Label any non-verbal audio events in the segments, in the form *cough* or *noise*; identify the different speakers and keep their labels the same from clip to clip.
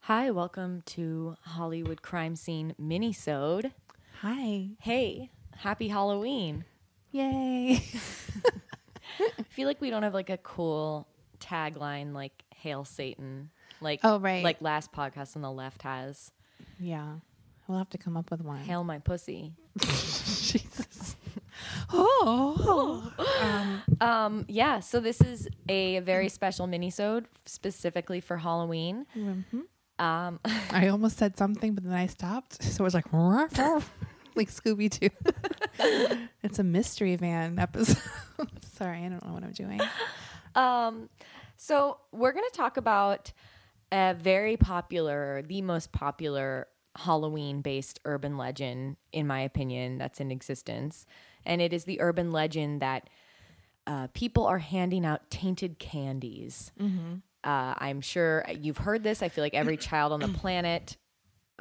Speaker 1: Hi, welcome to Hollywood Crime Scene Minisode.
Speaker 2: Hi.
Speaker 1: Hey, happy Halloween.
Speaker 2: Yay. *laughs*
Speaker 1: I feel like we don't have like a cool tagline like Hail Satan. Like
Speaker 2: Oh, right.
Speaker 1: like last podcast on the left has
Speaker 2: yeah. We'll have to come up with one.
Speaker 1: Hail my pussy.
Speaker 2: *laughs* Jesus. *laughs* Oh. Um,
Speaker 1: Um yeah, so this is a very special minisode specifically for Halloween.
Speaker 2: mhm.
Speaker 1: Um
Speaker 2: I almost said something, but then I stopped. *laughs* So it was like, "Ruff, ruff," *laughs* like Scooby Doo. *laughs* it's a mystery van episode. *laughs* Sorry, I don't know what I'm doing.
Speaker 1: Um, so we're going to talk about a very popular, the most popular Halloween-based urban legend, in my opinion, that's in existence, and it is the urban legend that uh, people are handing out tainted candies. Uh, I'm sure you've heard this. I feel like every child on the planet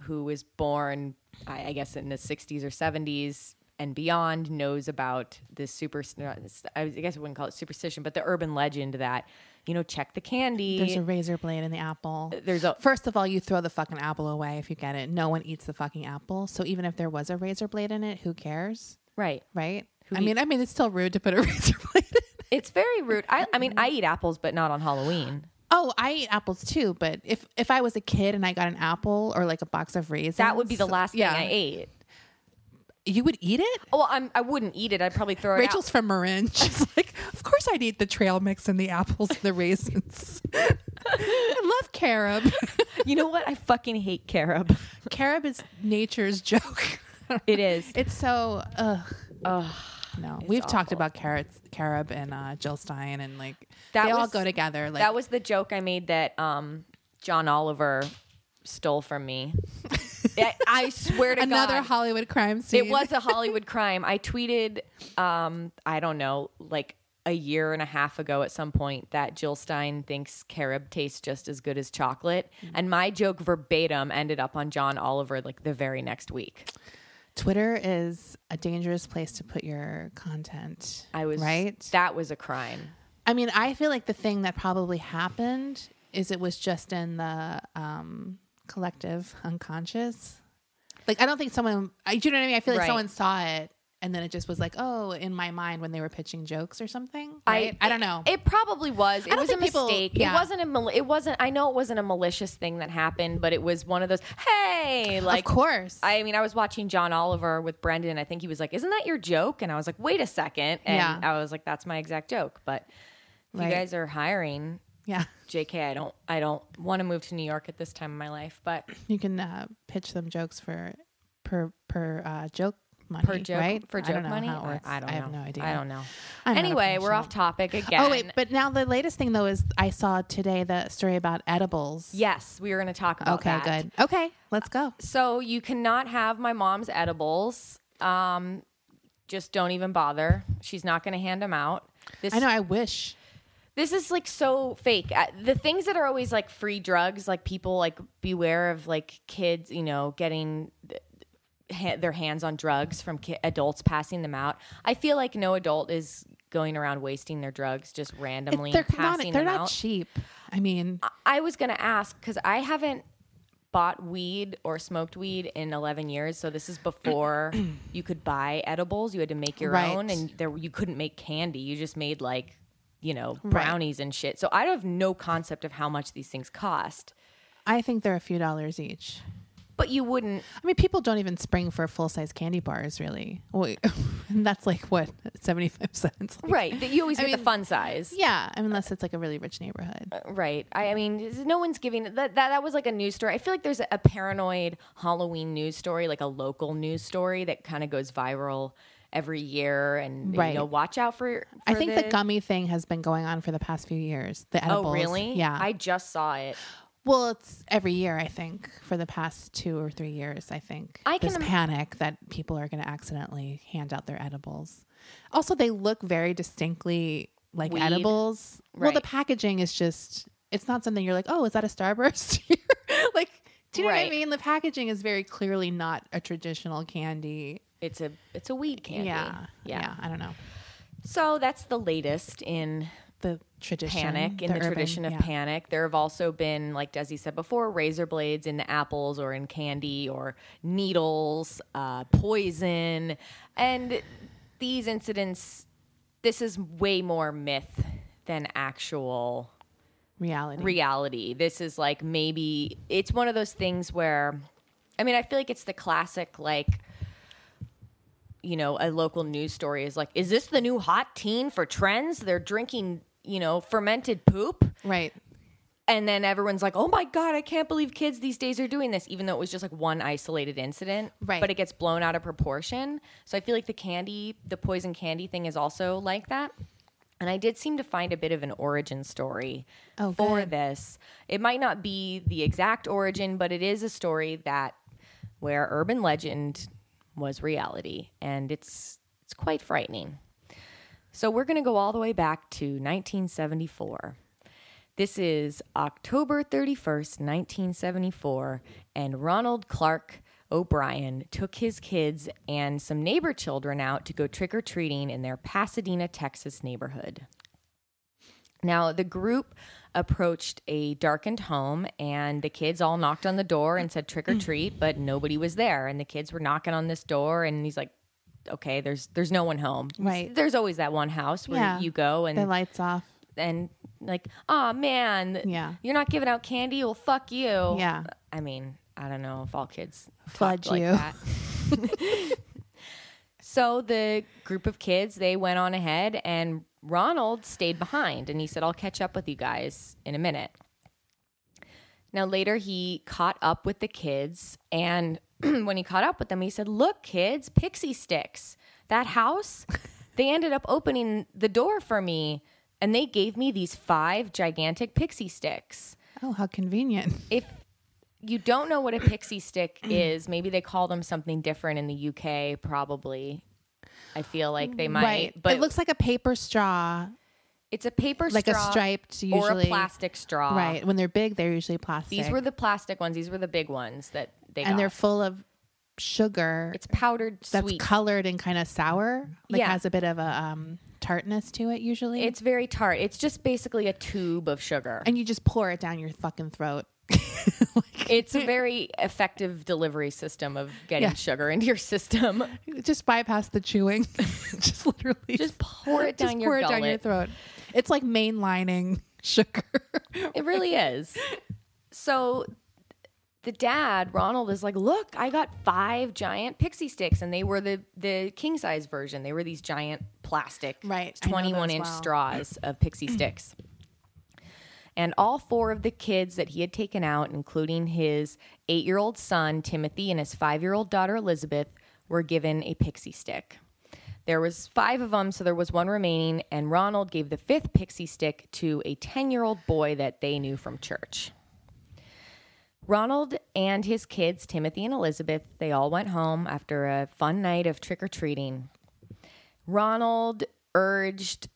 Speaker 1: who was born, I, I guess, in the 60s or 70s and beyond knows about this super, not this- I guess I wouldn't call it superstition, but the urban legend that, you know, check the candy.
Speaker 2: There's a razor blade in the apple.
Speaker 1: There's a-
Speaker 2: First of all, you throw the fucking apple away if you get it. No one eats the fucking apple. So even if there was a razor blade in it, who cares?
Speaker 1: right.
Speaker 2: Right?
Speaker 1: Who
Speaker 2: I
Speaker 1: eat-
Speaker 2: mean, I mean, it's still rude to put a *laughs* razor blade in
Speaker 1: It's very rude. I, I mean, I eat apples, but not on Halloween.
Speaker 2: Oh, I eat apples too, but if if I was a kid and I got an apple or like a box of raisins,
Speaker 1: That would be the last
Speaker 2: yeah.
Speaker 1: thing I ate.
Speaker 2: You would eat it?
Speaker 1: Well, I'm, I wouldn't eat it. I'd probably throw it out.
Speaker 2: Rachel's from Marin. *laughs* She's like, of course I'd eat the trail mix and the apples and the raisins. *laughs* I love carob. *laughs*
Speaker 1: You know what? I fucking hate carob.
Speaker 2: carob is nature's joke. *laughs*
Speaker 1: It *laughs* is.
Speaker 2: It's so ugh.
Speaker 1: Ugh.
Speaker 2: No, we've talked
Speaker 1: awful.
Speaker 2: about carrots, carob, and uh, Jill Stein, and like
Speaker 1: That
Speaker 2: they all
Speaker 1: was-
Speaker 2: go together. Like
Speaker 1: that was the joke I made that um, John Oliver stole from *laughs* me. I, I swear to
Speaker 2: another
Speaker 1: God,
Speaker 2: Hollywood crime scene.
Speaker 1: it was a Hollywood crime. I tweeted, um, I don't know, like a year and a half ago at some point that Jill Stein thinks carob tastes just as good as chocolate,
Speaker 2: Mm.
Speaker 1: and my joke verbatim ended up on John Oliver like the very next week.
Speaker 2: Twitter is a dangerous place to put your content.
Speaker 1: I was
Speaker 2: right.
Speaker 1: That was a crime.
Speaker 2: I mean, I feel like the thing that probably happened is it was just in the um, collective unconscious. Like, I don't think someone, I, do you know what I mean? I feel like
Speaker 1: Right.
Speaker 2: someone saw it and then it just was like, oh, in my mind when they were pitching jokes or something.
Speaker 1: I-
Speaker 2: Right? I, don't know.
Speaker 1: It probably was. It
Speaker 2: don't
Speaker 1: was a
Speaker 2: think people-
Speaker 1: mistake.
Speaker 2: yeah.
Speaker 1: It wasn't a. Mal- it wasn't. I know it wasn't a malicious thing that happened, but it was one of those. Hey, like.
Speaker 2: of course.
Speaker 1: I mean, I was watching John Oliver with Brendan. I think he was like, "Isn't that your joke?" And I was like, "Wait a second. And
Speaker 2: Yeah.
Speaker 1: I was like, "That's my exact joke." But if
Speaker 2: Right.
Speaker 1: you guys are hiring,
Speaker 2: yeah. *laughs*
Speaker 1: J.K., I don't. I don't want to move to New York at this time in my life. But
Speaker 2: You can uh, pitch them jokes for per, per uh, joke money.
Speaker 1: per joke,
Speaker 2: right?
Speaker 1: for
Speaker 2: I
Speaker 1: joke
Speaker 2: don't know
Speaker 1: money,
Speaker 2: how it
Speaker 1: I-
Speaker 2: works.
Speaker 1: I, don't.
Speaker 2: I
Speaker 1: know.
Speaker 2: have no idea.
Speaker 1: I don't know.
Speaker 2: I'm not a
Speaker 1: anyway, we're off topic again.
Speaker 2: Oh, wait. But now the latest thing, though, is I saw today the story about edibles.
Speaker 1: yes, we were going to talk about
Speaker 2: Okay,
Speaker 1: that.
Speaker 2: good. Okay, let's go.
Speaker 1: So you cannot have my mom's edibles. Um, just don't even bother. She's not going to hand them out. This
Speaker 2: I know. I wish.
Speaker 1: this is like so fake. Uh, The things that are always like free drugs, like people like beware of like kids, you know, getting th- ha- their hands on drugs from ki- adults passing them out. I feel like no adult is going around wasting their drugs just randomly
Speaker 2: They're
Speaker 1: and
Speaker 2: not.
Speaker 1: passing
Speaker 2: They're
Speaker 1: them
Speaker 2: not
Speaker 1: out. Uh,
Speaker 2: cheap. I mean,
Speaker 1: I was gonna ask because I haven't bought weed or smoked weed in 11 years so this is
Speaker 2: *clears throat*
Speaker 1: before you could buy edibles you had to make your
Speaker 2: Right.
Speaker 1: own and there you couldn't make candy you just made like you know
Speaker 2: Right.
Speaker 1: brownies and shit so i have no concept of how much these things cost
Speaker 2: I think they're a few dollars each.
Speaker 1: but you wouldn't
Speaker 2: I mean, people don't even spring for full size candy bars, really. Well, *laughs* that's like what seventy five cents. Like,
Speaker 1: right that you always
Speaker 2: I
Speaker 1: get the
Speaker 2: mean-
Speaker 1: fun size
Speaker 2: Yeah, I mean, unless it's like a really rich neighborhood.
Speaker 1: Uh, Right. I, I mean, is- no one's giving that, that. That was like a news story. I feel like there's a, paranoid Halloween news story, like a local news story that kind of goes viral every year, and
Speaker 2: Right.
Speaker 1: you know, watch out for.
Speaker 2: I
Speaker 1: for
Speaker 2: think the gummy thing has been going on for the past few years. The edibles.
Speaker 1: Oh, really?
Speaker 2: Yeah.
Speaker 1: I just saw it.
Speaker 2: well, it's every year, I think, for the past two or three years, I think.
Speaker 1: I
Speaker 2: this
Speaker 1: can im-
Speaker 2: panic that people are going to accidentally hand out their edibles. Also, they look very distinctly like
Speaker 1: Weed.
Speaker 2: edibles. Well, the
Speaker 1: Right.
Speaker 2: packaging is just, it's not something you're like, oh, is that a Starburst? *laughs* like, do you know what I
Speaker 1: Right.
Speaker 2: mean? The packaging is very clearly not a traditional candy.
Speaker 1: It's a it's a weed candy.
Speaker 2: Yeah.
Speaker 1: yeah.
Speaker 2: I don't know.
Speaker 1: So that's the latest in
Speaker 2: The tradition.
Speaker 1: panic in the,
Speaker 2: urban-
Speaker 1: tradition of
Speaker 2: yeah.
Speaker 1: panic there have also been like desi said before razor blades in apples or in candy or needles uh, poison and these incidents this is way more myth than actual
Speaker 2: reality.
Speaker 1: reality. This is like maybe it's one of those things where I mean, I feel like it's the classic like you know, a local news story is like, is this the new hot teen for trends? They're drinking, you know, fermented poop.
Speaker 2: right.
Speaker 1: And then everyone's like, oh my God, I can't believe kids these days are doing this, even though it was just like one isolated incident.
Speaker 2: Right.
Speaker 1: But it gets blown out of proportion. So I feel like the candy, the poison candy thing is also like that. And I did seem to find a bit of an origin story
Speaker 2: Oh,
Speaker 1: for
Speaker 2: good.
Speaker 1: this. It might not be the exact origin, but it is a story that where urban legend was reality. And it's it's quite frightening. So we're going to go all the way back to 1974. This is October 31st, 1974, and Ronald Clark O'Brien took his kids and some neighbor children out to go trick or treating in their Pasadena, Texas neighborhood. Now, the group approached a darkened home, and the kids all knocked on the door and said
Speaker 2: Mm.
Speaker 1: trick or treat, but nobody was there. And the kids were knocking on this door, and he's like, Okay, there's there's no one home.
Speaker 2: Right.
Speaker 1: There's always that one house where
Speaker 2: Yeah.
Speaker 1: you go and
Speaker 2: The lights off.
Speaker 1: and like, oh man,
Speaker 2: Yeah.
Speaker 1: you're not giving out candy. Well, fuck you.
Speaker 2: Yeah.
Speaker 1: I mean, I don't know if all kids
Speaker 2: Fudge
Speaker 1: talked like
Speaker 2: you.
Speaker 1: that. so the group of kids they went on ahead, and Ronald stayed behind, and he said, "I'll catch up with you guys in a minute." Now, later, he caught up with the kids. And *clears throat* when he caught up with them, he said, Look, kids, pixie sticks. That house, they ended up opening the door for me. And they gave me these five gigantic pixie sticks.
Speaker 2: Oh, how convenient.
Speaker 1: If you don't know what a pixie
Speaker 2: *clears throat*
Speaker 1: stick is, maybe they call them something different in the UK, probably. I feel like they might.
Speaker 2: right.
Speaker 1: But
Speaker 2: it looks like a paper straw.
Speaker 1: it's a paper
Speaker 2: like a
Speaker 1: straw
Speaker 2: striped
Speaker 1: or a
Speaker 2: usually-
Speaker 1: plastic straw.
Speaker 2: Right. When they're big, they're usually plastic.
Speaker 1: These were the plastic ones. These were the big ones that they
Speaker 2: and
Speaker 1: got.
Speaker 2: they're full of sugar
Speaker 1: It's powdered
Speaker 2: that's
Speaker 1: sweet.
Speaker 2: colored and kind of sour. Like
Speaker 1: Yeah.
Speaker 2: has a bit of a um, tartness to it usually.
Speaker 1: it's very tart. It's just basically a tube of sugar.
Speaker 2: and you just pour it down your fucking throat. *laughs*
Speaker 1: It's a very effective delivery system of getting
Speaker 2: Yeah.
Speaker 1: sugar into your system.
Speaker 2: *laughs* just bypass the chewing. *laughs* just literally
Speaker 1: Just pour it
Speaker 2: just
Speaker 1: down your
Speaker 2: pour it
Speaker 1: gullet.
Speaker 2: down your throat. It's like mainlining *laughs* sugar.
Speaker 1: It really is. So the dad, Ronald, is like, look, I got five giant pixie sticks, and they were the the king size version. They were these giant plastic,
Speaker 2: Right, I know
Speaker 1: twenty one
Speaker 2: those
Speaker 1: inch
Speaker 2: well.
Speaker 1: straws of
Speaker 2: *clears throat*
Speaker 1: pixie sticks. And all four of the kids that he had taken out, including his eight year old son, Timothy, and his five year old daughter, Elizabeth, were given a pixie stick. There was five of them, so there was one remaining, and Ronald gave the fifth pixie stick to a 10 year old boy that they knew from church. Ronald and his kids, Timothy and Elizabeth, they all went home after a fun night of trick or treating. Ronald urged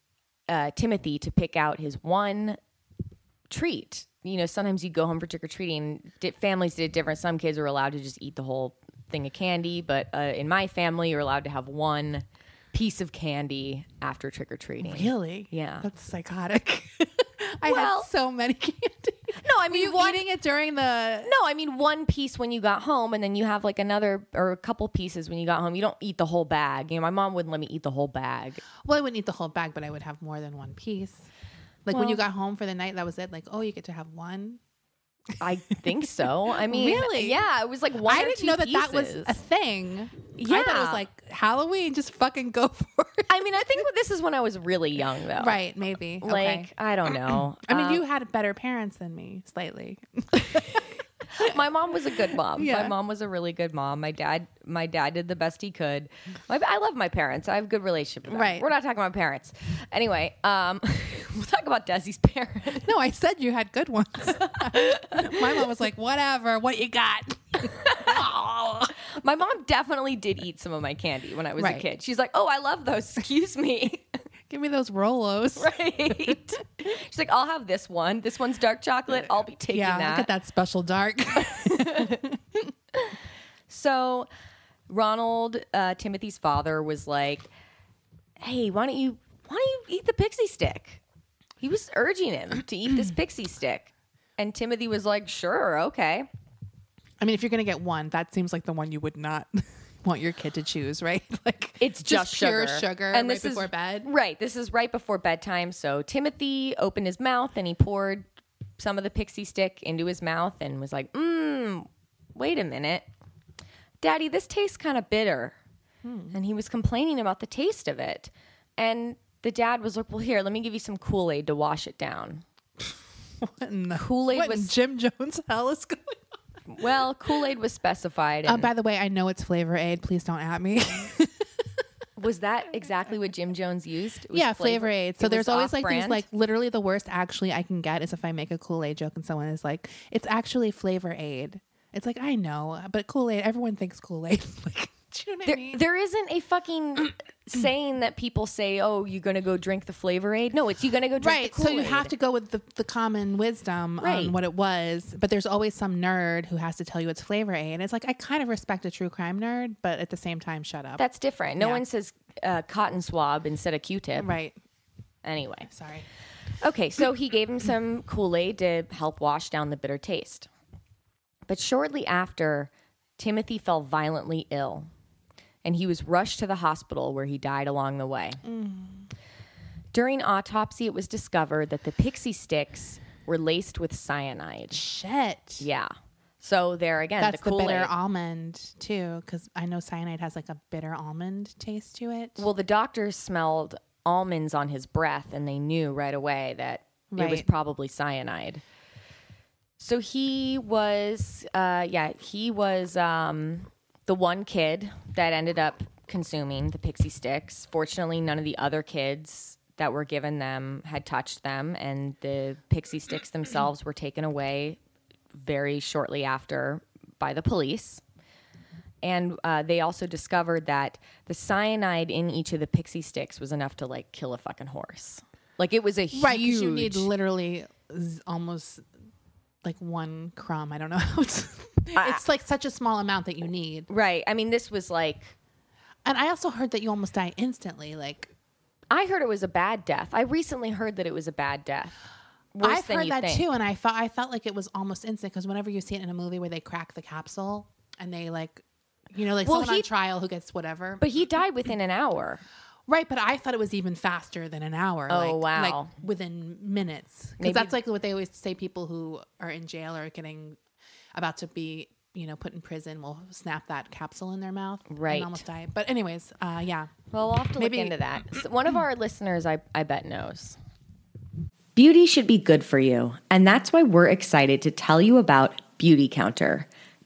Speaker 1: uh, Timothy to pick out his one treat. You know, sometimes you go home for trick or treating. Di- families did it different. Some kids were allowed to just eat the whole thing of candy, but uh, in my family, you're allowed to have one piece of candy after trick or treating.
Speaker 2: really?
Speaker 1: Yeah.
Speaker 2: That's psychotic. *laughs* I
Speaker 1: Well-
Speaker 2: had so many *laughs* candies.
Speaker 1: No, I mean
Speaker 2: You
Speaker 1: one.
Speaker 2: eating it during the
Speaker 1: No, I mean one piece when you got home, and then you have like another or a couple pieces when you got home. You don't eat the whole bag. You know, my mom wouldn't let me eat the whole bag.
Speaker 2: Well, I wouldn't eat the whole bag, but I would have more than one piece. Like when you
Speaker 1: Well-
Speaker 2: got home for the night, that was it. Like, oh, you get to have one.
Speaker 1: I think so.
Speaker 2: *laughs*
Speaker 1: I mean,
Speaker 2: Really?
Speaker 1: Yeah, it was like one.
Speaker 2: I
Speaker 1: or
Speaker 2: didn't
Speaker 1: two
Speaker 2: know that that was
Speaker 1: pieces.
Speaker 2: a thing. I thought it
Speaker 1: Yeah.
Speaker 2: was like Halloween. Just fucking go *laughs* for it.
Speaker 1: I mean, I think this is when I was really young, though.
Speaker 2: Right? Maybe.
Speaker 1: Like
Speaker 2: okay.
Speaker 1: I don't know.
Speaker 2: *clears throat* I mean,
Speaker 1: Um,
Speaker 2: you had better parents than me, slightly.
Speaker 1: *laughs* my mom was a good mom.
Speaker 2: Yeah.
Speaker 1: My mom was a really good mom. My dad, my dad did the best he could. My, I love my parents. I have a good relationship with them.
Speaker 2: Right.
Speaker 1: We're not talking about parents. Anyway, um, *laughs* we'll talk about Desi's *laughs* parents.
Speaker 2: No, I said you
Speaker 1: *laughs*
Speaker 2: had good ones. My mom was like, whatever, what
Speaker 1: *laughs*
Speaker 2: you got?
Speaker 1: My mom definitely did eat some of my candy when I was a
Speaker 2: Right.
Speaker 1: kid. She's like, "Oh, I love those. *laughs* Excuse me."
Speaker 2: Give me those Rolos.
Speaker 1: right. She's like, "I'll have this one. This one's dark chocolate. I'll be taking
Speaker 2: Yeah, look at that special dark.
Speaker 1: So Ronald, uh, Timothy's father, was like, "Hey, why don't you why don't you eat the pixie stick?" He was urging him to eat
Speaker 2: *clears throat*
Speaker 1: this pixie stick. And Timothy was like, sure, okay.
Speaker 2: I mean, if you're gonna get one, that seems like the one you would not *laughs* want your kid to choose, right? *laughs* Like
Speaker 1: It's just,
Speaker 2: pure sugar,
Speaker 1: And
Speaker 2: right
Speaker 1: this
Speaker 2: before
Speaker 1: is,
Speaker 2: bed. *laughs*
Speaker 1: Right. This is right before bedtime. So Timothy opened his mouth and he poured some of the pixie stick into his mouth and was like, mmm, wait a minute. Daddy, this tastes kind of bitter.
Speaker 2: Hmm.
Speaker 1: And he was complaining about the taste of it. And the dad was like, well, here, let me give you some Kool Aid to wash it down.
Speaker 2: What in the
Speaker 1: Kool-Aid
Speaker 2: what in
Speaker 1: was-
Speaker 2: Jim Jones *laughs* hell is going on?
Speaker 1: Well, Kool Aid was specified.
Speaker 2: Uh,
Speaker 1: And
Speaker 2: by the way, I know it's Flavor Aid. Please don't at me.
Speaker 1: was that exactly what Jim Jones used? It was
Speaker 2: *laughs* yeah, Flavor Aid. So
Speaker 1: it was
Speaker 2: there's always like these
Speaker 1: off-brand?
Speaker 2: like literally the worst actually I can get is if I make a Kool Aid joke and someone is like, it's actually Flavor Aid. It's like I know, but Kool Aid. Everyone thinks Kool Aid. *laughs* like, do you know what I
Speaker 1: There,
Speaker 2: mean?
Speaker 1: there isn't a
Speaker 2: *clears throat*
Speaker 1: fucking saying that people say, "Oh, you're gonna go drink the Flavor Aid." No, it's you gonna go drink
Speaker 2: right
Speaker 1: the
Speaker 2: so
Speaker 1: Kool-Aid.
Speaker 2: you have to go with the, the common wisdom
Speaker 1: Right.
Speaker 2: on what it was but there's always some nerd who has to tell you it's flavor aid and it's like i kind of respect a true crime nerd but at the same time shut up
Speaker 1: That's different. No
Speaker 2: Yeah.
Speaker 1: one says uh, cotton swab instead of Q-tip.
Speaker 2: right
Speaker 1: Anyway,
Speaker 2: sorry
Speaker 1: okay. So he gave him some Kool-Aid to help wash down the bitter taste. But shortly after, Timothy fell violently ill, and he was rushed to the hospital where he died along the way.
Speaker 2: Mm.
Speaker 1: During autopsy, it was discovered that the pixie sticks were laced with cyanide.
Speaker 2: shit
Speaker 1: Yeah. So there again,
Speaker 2: that's
Speaker 1: the
Speaker 2: the,
Speaker 1: Kool
Speaker 2: bitter
Speaker 1: Aid.
Speaker 2: almond too because i know cyanide has like a bitter almond taste to it
Speaker 1: well, the doctors smelled almonds on his breath, and they knew right away that it was
Speaker 2: Right.
Speaker 1: probably cyanide. So he was, uh, yeah, he was um, the one kid that ended up consuming the pixie sticks. Fortunately, none of the other kids that were given them had touched them, and the pixie sticks themselves were taken away very shortly after by the police. And uh, they also discovered that the cyanide in each of the pixie sticks was enough to like kill a fucking horse. Like it was a huge.
Speaker 2: right 'cause you need literally z- almost like one crumb i don't know how it's *laughs* it's like such a small amount that you need
Speaker 1: Right. I mean, this was like
Speaker 2: and i also heard that you almost die instantly like
Speaker 1: I heard it was a bad death. I recently heard that it was a bad death. Worse
Speaker 2: I've
Speaker 1: than
Speaker 2: heard
Speaker 1: you
Speaker 2: that
Speaker 1: think.
Speaker 2: too, and I felt I felt like it was almost instant because whenever you see it in a movie where they crack the capsule and they like, you know, like
Speaker 1: Well,
Speaker 2: someone
Speaker 1: he-
Speaker 2: on trial who gets whatever,
Speaker 1: But he died within an hour.
Speaker 2: right? But I thought it was even faster than an hour.
Speaker 1: Oh,
Speaker 2: like,
Speaker 1: wow.
Speaker 2: Like within minutes,
Speaker 1: Maybe-
Speaker 2: because that's like what they always say: people who are in jail or getting about to be, you know, put in prison will snap that capsule in their mouth,
Speaker 1: Right.
Speaker 2: And almost die. But anyways, uh, yeah.
Speaker 1: Well, we'll have to
Speaker 2: Maybe-
Speaker 1: look into that. So one of our listeners, I, I bet, knows.
Speaker 3: Beauty should be good for you, and that's why we're excited to tell you about Beauty Counter.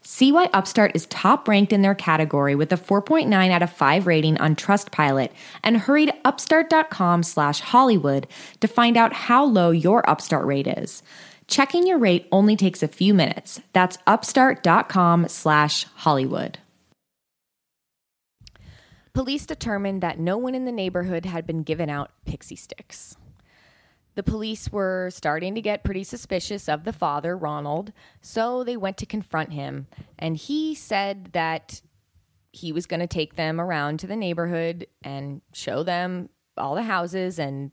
Speaker 3: See why Upstart is top ranked in their category with a 4.9 out of 5 rating on Trustpilot and hurry to upstart.com slash Hollywood to find out how low your Upstart rate is. Checking your rate only takes a few minutes. That's upstart.com slash Hollywood.
Speaker 1: Police determined that no one in the neighborhood had been given out pixie sticks. The police were starting to get pretty suspicious of the father, Ronald, so they went to confront him. And he said that he was going to take them around to the neighborhood and show them all the houses and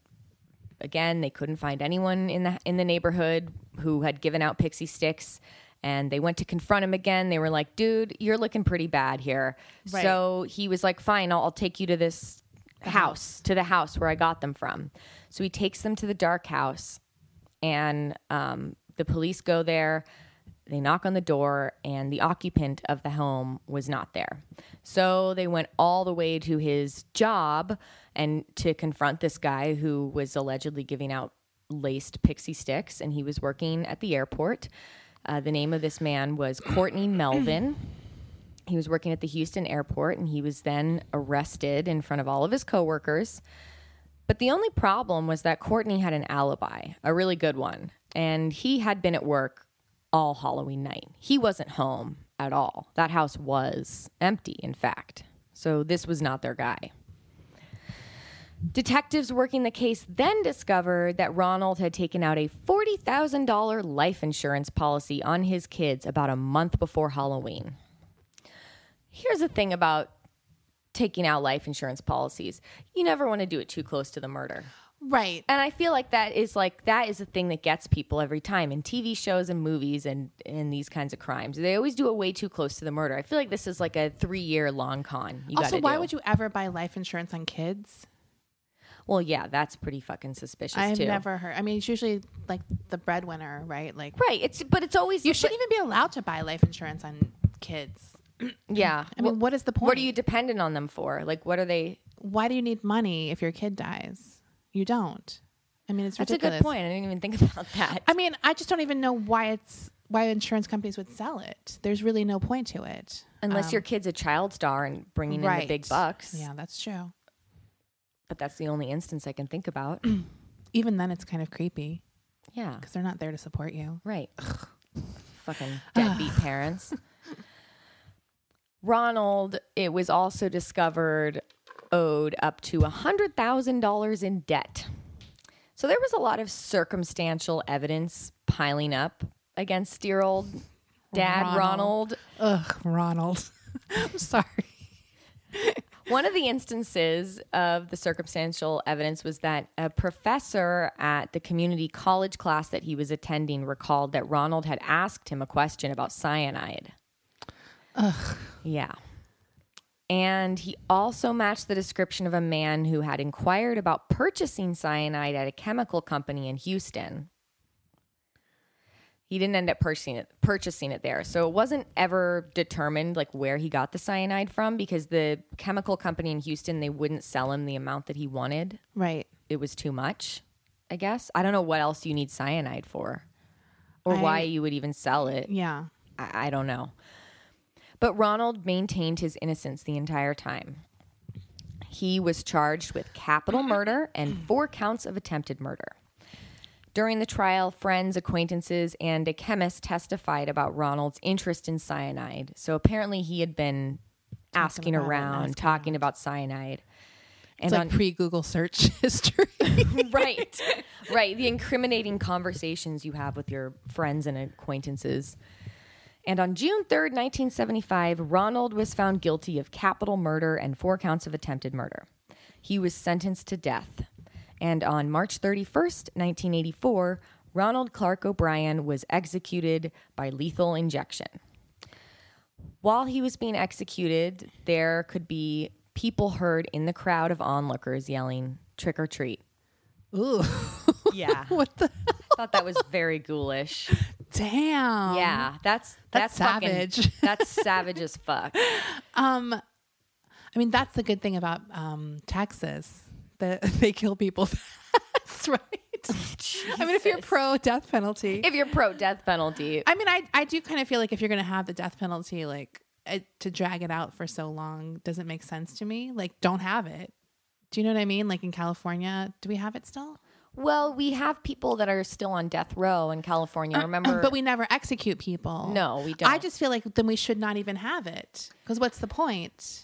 Speaker 1: again they couldn't find anyone in the in the neighborhood who had given out pixie sticks and they went to confront him again they were like dude you're looking pretty bad here so he was like fine I'll, I'll take you to this house to the house where i got them from so he takes them to the dark house and um, the police go there. They knock on the door, and the occupant of the home was not there. So they went all the way to his job and to confront this guy who was allegedly giving out laced pixie sticks, and he was working at the airport. Uh, the name of this man was Courtney Melvin. He was working at the Houston airport, and he was then arrested in front of all of his coworkers. But the only problem was that Courtney had an alibi, a really good one, and he had been at work all Halloween night. He wasn't home at all. That house was empty, in fact. So this was not their guy. Detectives working the case then discovered that Ronald had taken out a $40,000 life insurance policy on his kids about a month before Halloween. Here's the thing about taking out life insurance policies you never want to do it too close to the murder.
Speaker 2: Right.
Speaker 1: And I feel like that is like that is a thing that gets people every time in TV shows and movies and in these kinds of crimes. They always do it way too close to the murder. I feel like this is like a three year long con. You
Speaker 2: Also,
Speaker 1: gotta
Speaker 2: why
Speaker 1: do.
Speaker 2: would you ever buy life insurance on kids?
Speaker 1: Well, yeah, that's pretty fucking suspicious
Speaker 2: I've
Speaker 1: too.
Speaker 2: never heard. I mean, it's usually like the breadwinner, right? Like
Speaker 1: right. It's but it's always
Speaker 2: you shouldn't even be allowed to buy life insurance on kids.
Speaker 1: Yeah.
Speaker 2: I mean, what is the point?
Speaker 1: what are you dependent on them for? Like, what are they?
Speaker 2: Why do you need money if your kid dies? You don't. I mean, it's
Speaker 1: That's a
Speaker 2: ridiculous.
Speaker 1: good point. I didn't even think about that.
Speaker 2: I mean, I just don't even know why it's why insurance companies would sell it. There's really no point to it.
Speaker 1: Unless your kid's a child star and bringing in the big bucks.
Speaker 2: Yeah, that's true.
Speaker 1: But that's the only instance I can think about.
Speaker 2: Even then, it's kind of creepy
Speaker 1: yeah.
Speaker 2: because they're not there to support you.
Speaker 1: Right. Fucking deadbeat parents. Ronald, it was also discovered, owed up to $100,000 in debt. So there was a lot of circumstantial evidence piling up against dear old dad Ronald.
Speaker 4: Ugh,
Speaker 1: *laughs*
Speaker 4: Ronald. I'm sorry.
Speaker 1: One of the instances of the circumstantial evidence was that a professor at the community college class that he was attending recalled that Ronald had asked him a question about cyanide. Ugh. Yeah. And he also matched the description of a man who had inquired about purchasing cyanide at a chemical company in Houston. He didn't end up purchasing it, purchasing it there. So it wasn't ever determined like where he got the cyanide from because the chemical company in Houston they wouldn't sell him the amount that he wanted.
Speaker 2: Right.
Speaker 1: It was too much, I guess. I don't know what else you need cyanide for or
Speaker 2: I-
Speaker 1: why you would even sell it.
Speaker 2: Yeah.
Speaker 1: I, I don't know. But Ronald maintained his innocence the entire time. He was charged with
Speaker 4: *laughs*
Speaker 1: capital murder and four counts of attempted murder. During the trial, friends, acquaintances, and a chemist testified about Ronald's interest in cyanide. So apparently, he had been asking around, talking about cyanide. And
Speaker 4: It's like pre Google
Speaker 2: *laughs*
Speaker 4: search history.
Speaker 1: right *laughs* right the incriminating conversations you have with your friends and acquaintances and on june 3rd 1975 ronald was found guilty of capital murder and four counts of attempted murder he was sentenced to death and on march 31st 1984 ronald clark o'brien was executed by lethal injection while he was being executed, there could be people heard in the crowd of onlookers yelling "trick or treat." Ooh,
Speaker 2: *laughs*
Speaker 1: yeah. what the? Thought that was very ghoulish.
Speaker 2: Um,
Speaker 4: Damn.
Speaker 1: yeah, that's
Speaker 4: that's
Speaker 1: that's, fucking-
Speaker 4: savage.
Speaker 1: *laughs* that's savage as
Speaker 2: *laughs*
Speaker 1: fuck.
Speaker 2: I mean, that's the good thing about *laughs* um, Texas. That they kill people fast, right? I mean, if you're pro death penalty,
Speaker 1: if you're pro death penalty,
Speaker 2: I mean, I I do kind of feel like if you're going to have the death penalty, like it, to drag it out for so long doesn't make sense to me. Like, don't have it. Do you know what I mean? Like in California, do we have it still?
Speaker 1: well, we have people that are still on death row in California. Remember,
Speaker 2: Uh, But we never execute people.
Speaker 1: No, we don't.
Speaker 2: I just feel like then we should not even have it because what's the point?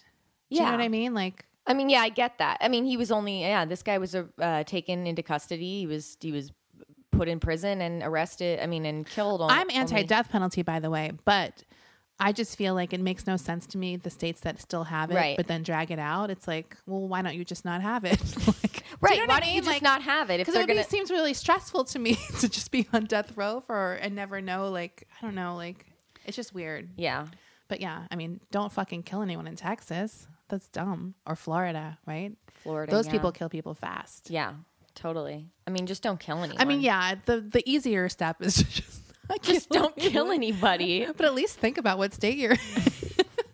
Speaker 2: Do you
Speaker 1: Yeah.
Speaker 2: know what I mean? Like,
Speaker 1: I mean, yeah, I get that. I mean, he was only yeah. This guy was uh, taken into custody. He was he was put in prison and arrested. I mean, and killed. On,
Speaker 2: I'm anti death penalty, by the way, but I just feel like it makes no sense to me. The states that still have it,
Speaker 1: Right.
Speaker 2: but then drag it out, it's like, well, why don't you just not have it? *laughs* like,
Speaker 1: Right? Why don't you just not have it if
Speaker 2: Because it
Speaker 1: they're
Speaker 2: would be-
Speaker 1: gonna?
Speaker 2: seems really stressful to me *laughs* to just be on death row for and never know. Like, I don't know. Like, it's just weird.
Speaker 1: yeah,
Speaker 2: But yeah, I mean, don't fucking kill anyone in Texas. That's dumb. Or Florida, right?
Speaker 1: Florida.
Speaker 2: Those
Speaker 1: yeah.
Speaker 2: people kill people fast.
Speaker 1: Yeah, totally. I mean, just don't kill anyone.
Speaker 2: I mean, yeah, the the easier step is *laughs* to just
Speaker 1: *laughs*
Speaker 2: not
Speaker 1: just
Speaker 2: kill *laughs*
Speaker 1: don't
Speaker 2: anyone.
Speaker 1: kill anybody.
Speaker 2: But at least think about what state you're. in.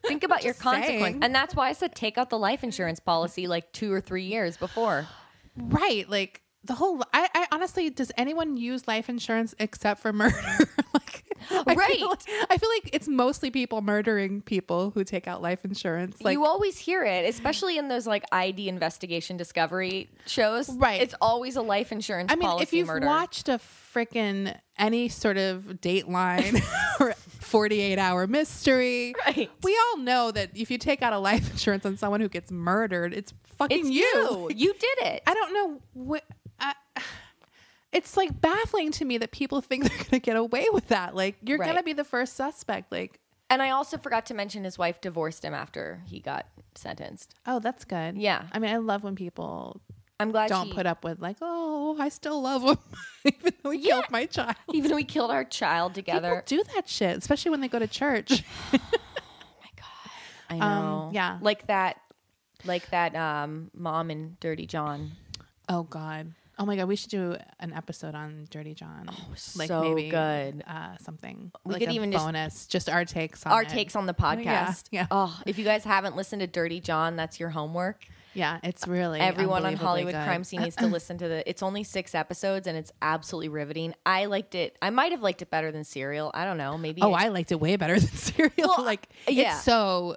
Speaker 1: Think about your consequence,
Speaker 2: saying.
Speaker 1: and that's why I said take out the life insurance policy like two or three years before.
Speaker 2: Right. Like the whole I, I honestly does anyone use life insurance except for murder? *laughs* like I
Speaker 1: Right.
Speaker 2: Feel, I feel like it's mostly people murdering people who take out life insurance. Like
Speaker 1: you always hear it, especially in those like ID investigation discovery shows.
Speaker 2: Right.
Speaker 1: It's always a life insurance
Speaker 2: I mean,
Speaker 1: policy
Speaker 2: if you've
Speaker 1: murder.
Speaker 2: watched a freaking any sort of dateline *laughs* or 48 hour mystery,
Speaker 1: *laughs* Right.
Speaker 2: we all know that if you take out a life *laughs* insurance on someone who gets murdered, it's fucking
Speaker 1: it's
Speaker 2: you.
Speaker 1: you. You did it.
Speaker 2: I don't know what. I, *sighs* it's like baffling to me that people think *laughs* they're going to get away with that. Like you're
Speaker 1: Right.
Speaker 2: going to be the first suspect. Like,
Speaker 1: And I also forgot to mention his wife divorced him after he got sentenced.
Speaker 2: oh, that's good.
Speaker 1: Yeah.
Speaker 2: I mean, I love when people
Speaker 1: I'm glad
Speaker 2: don't
Speaker 1: she,
Speaker 2: put up with like, oh, I still love him, *laughs* even though he killed my child.
Speaker 1: *laughs* even though we killed our child
Speaker 2: People
Speaker 1: together.
Speaker 2: do that shit, especially when they go to church. *laughs*
Speaker 1: I know.
Speaker 2: yeah.
Speaker 1: Like that like that um mom and Dirty John.
Speaker 2: Oh God. Oh my God. We should do an episode on Dirty John. Oh,
Speaker 1: so good.
Speaker 2: Uh, something.
Speaker 1: We
Speaker 2: like
Speaker 1: could
Speaker 2: a
Speaker 1: even just-
Speaker 2: bonus, just, our takes. on
Speaker 1: Our
Speaker 2: it.
Speaker 1: takes on the podcast.
Speaker 2: yeah.
Speaker 1: Oh, if you guys haven't listened to Dirty John, that's your homework.
Speaker 2: Yeah, it's really
Speaker 1: Everyone on
Speaker 2: unbelievably
Speaker 1: Hollywood
Speaker 2: good.
Speaker 1: Crime Scene needs
Speaker 2: *clears throat*
Speaker 1: to listen to the. It's only six episodes and it's absolutely riveting. I liked it. I might have liked it better than Serial. I don't know. Maybe.
Speaker 2: Oh,
Speaker 1: it-
Speaker 2: I liked it way better *laughs* than cereal. like
Speaker 1: yeah.
Speaker 2: it's so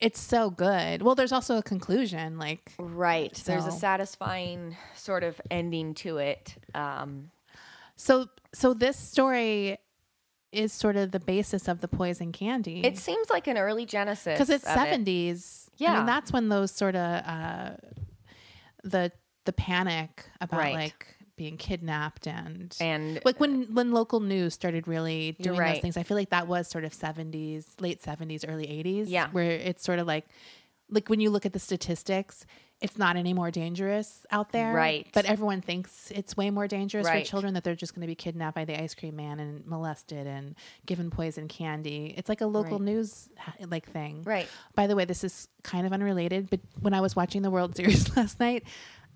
Speaker 2: it's so good. Well, there's also a conclusion. Like
Speaker 1: right. There's a
Speaker 2: So.
Speaker 1: satisfying sort of ending to it. Um,
Speaker 2: so so this story is sort of the basis of the poison candy.
Speaker 1: It seems like an early Genesis
Speaker 2: because it's
Speaker 1: of it.
Speaker 2: seventies. I
Speaker 1: Yeah.
Speaker 2: mean, that's when those sort of uh, the the panic about
Speaker 1: Right.
Speaker 2: like being kidnapped and
Speaker 1: And-
Speaker 2: like when when local news started really
Speaker 1: You're
Speaker 2: doing
Speaker 1: right.
Speaker 2: those things. I feel like that was sort of seventies, late seventies, early eighties.
Speaker 1: Yeah.
Speaker 2: where it's sort of like like when you look at the statistics. It's not any more dangerous out there,
Speaker 1: Right.
Speaker 2: But everyone thinks it's way more dangerous
Speaker 1: Right.
Speaker 2: for children that they're just going to be kidnapped by the ice cream man and molested and given poison candy. It's like a local news like thing,
Speaker 1: Right.
Speaker 2: by the way, this is kind of unrelated, but when I was watching the World *laughs* Series last night,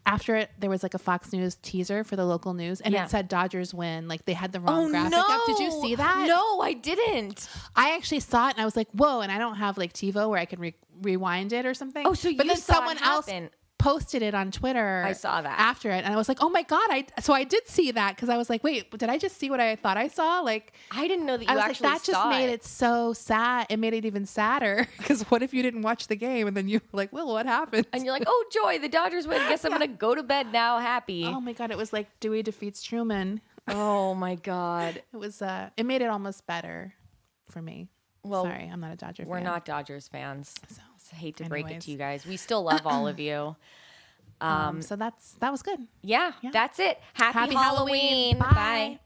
Speaker 2: after it, there was like a Fox News teaser for the local news, and
Speaker 1: Yeah. Oh,
Speaker 2: it said Dodgers win. Like they had the wrong graphic up. oh, Did
Speaker 1: *gasps*
Speaker 2: you see that?
Speaker 1: No, I didn't.
Speaker 2: I actually saw it, and I was like, "Whoa!" And I don't have like TiVo where I can re- rewind it or something.
Speaker 1: Oh, so
Speaker 2: but
Speaker 1: you
Speaker 2: then
Speaker 1: saw it
Speaker 2: someone else
Speaker 1: happen.
Speaker 2: posted it on Twitter.
Speaker 1: I saw that.
Speaker 2: after it, and I was like, "Oh my god!" I so I did see that because I was like, "Wait, did I just see what I thought I saw?" Like.
Speaker 1: I didn't know that you
Speaker 2: I was like,
Speaker 1: actually
Speaker 2: that just
Speaker 1: saw
Speaker 2: made it. so sad. It made it even sadder *laughs* because what if you didn't watch the game and then you were like, well, what happened?
Speaker 1: And you're
Speaker 2: *laughs*
Speaker 1: like, oh joy, the Dodgers win. Guess I'm gonna go to bed now, happy.
Speaker 2: oh
Speaker 1: Oh,
Speaker 2: my god, it was like Dewey defeats Truman.
Speaker 1: my
Speaker 2: *laughs*
Speaker 1: god.
Speaker 2: It was. uh It made it almost better for me.
Speaker 1: Well,
Speaker 2: Sorry, I'm not a Dodger.
Speaker 1: We're
Speaker 2: fan.
Speaker 1: not Dodgers fans. So, hate to break it
Speaker 2: anyways.
Speaker 1: to you guys. We still love all
Speaker 2: *clears throat*
Speaker 1: of you.
Speaker 2: Um, so that's that was good.
Speaker 1: Yeah, that's it. Happy,
Speaker 2: Happy
Speaker 1: Halloween.
Speaker 2: Halloween.
Speaker 1: Bye.
Speaker 2: Bye.